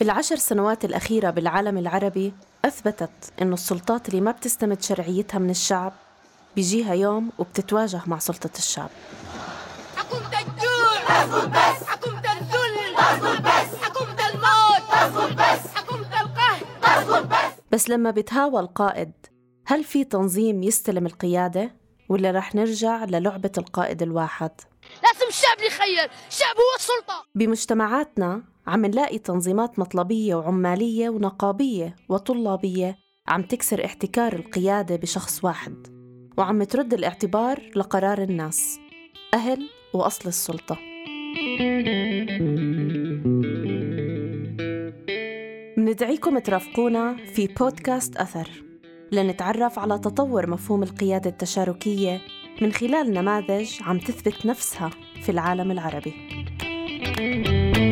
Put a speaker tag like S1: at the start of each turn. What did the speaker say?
S1: بالعشر سنوات الأخيرة بالعالم العربي أثبتت إنه السلطات اللي ما بتستمد شرعيتها من الشعب بيجيها يوم وبتتواجه مع سلطة الشعب
S2: حكومة الجوع اصمت بس حكومة الذل اصمت بس حكومة الموت اصمت بس حكومة القهر اصمت بس
S1: بس لما بتهاوى القائد هل في تنظيم يستلم القيادة ولا رح نرجع للعبة القائد الواحد
S2: لازم الشعب اللي يخير الشعب هو السلطة
S1: بمجتمعاتنا عم نلاقي تنظيمات مطلبية وعمالية ونقابية وطلابية عم تكسر احتكار القيادة بشخص واحد وعم ترد الاعتبار لقرار الناس أهل وأصل السلطة مندعيكم ترافقونا في بودكاست أثر لنتعرف على تطور مفهوم القيادة التشاركية من خلال نماذج عم تثبت نفسها في العالم العربي thank you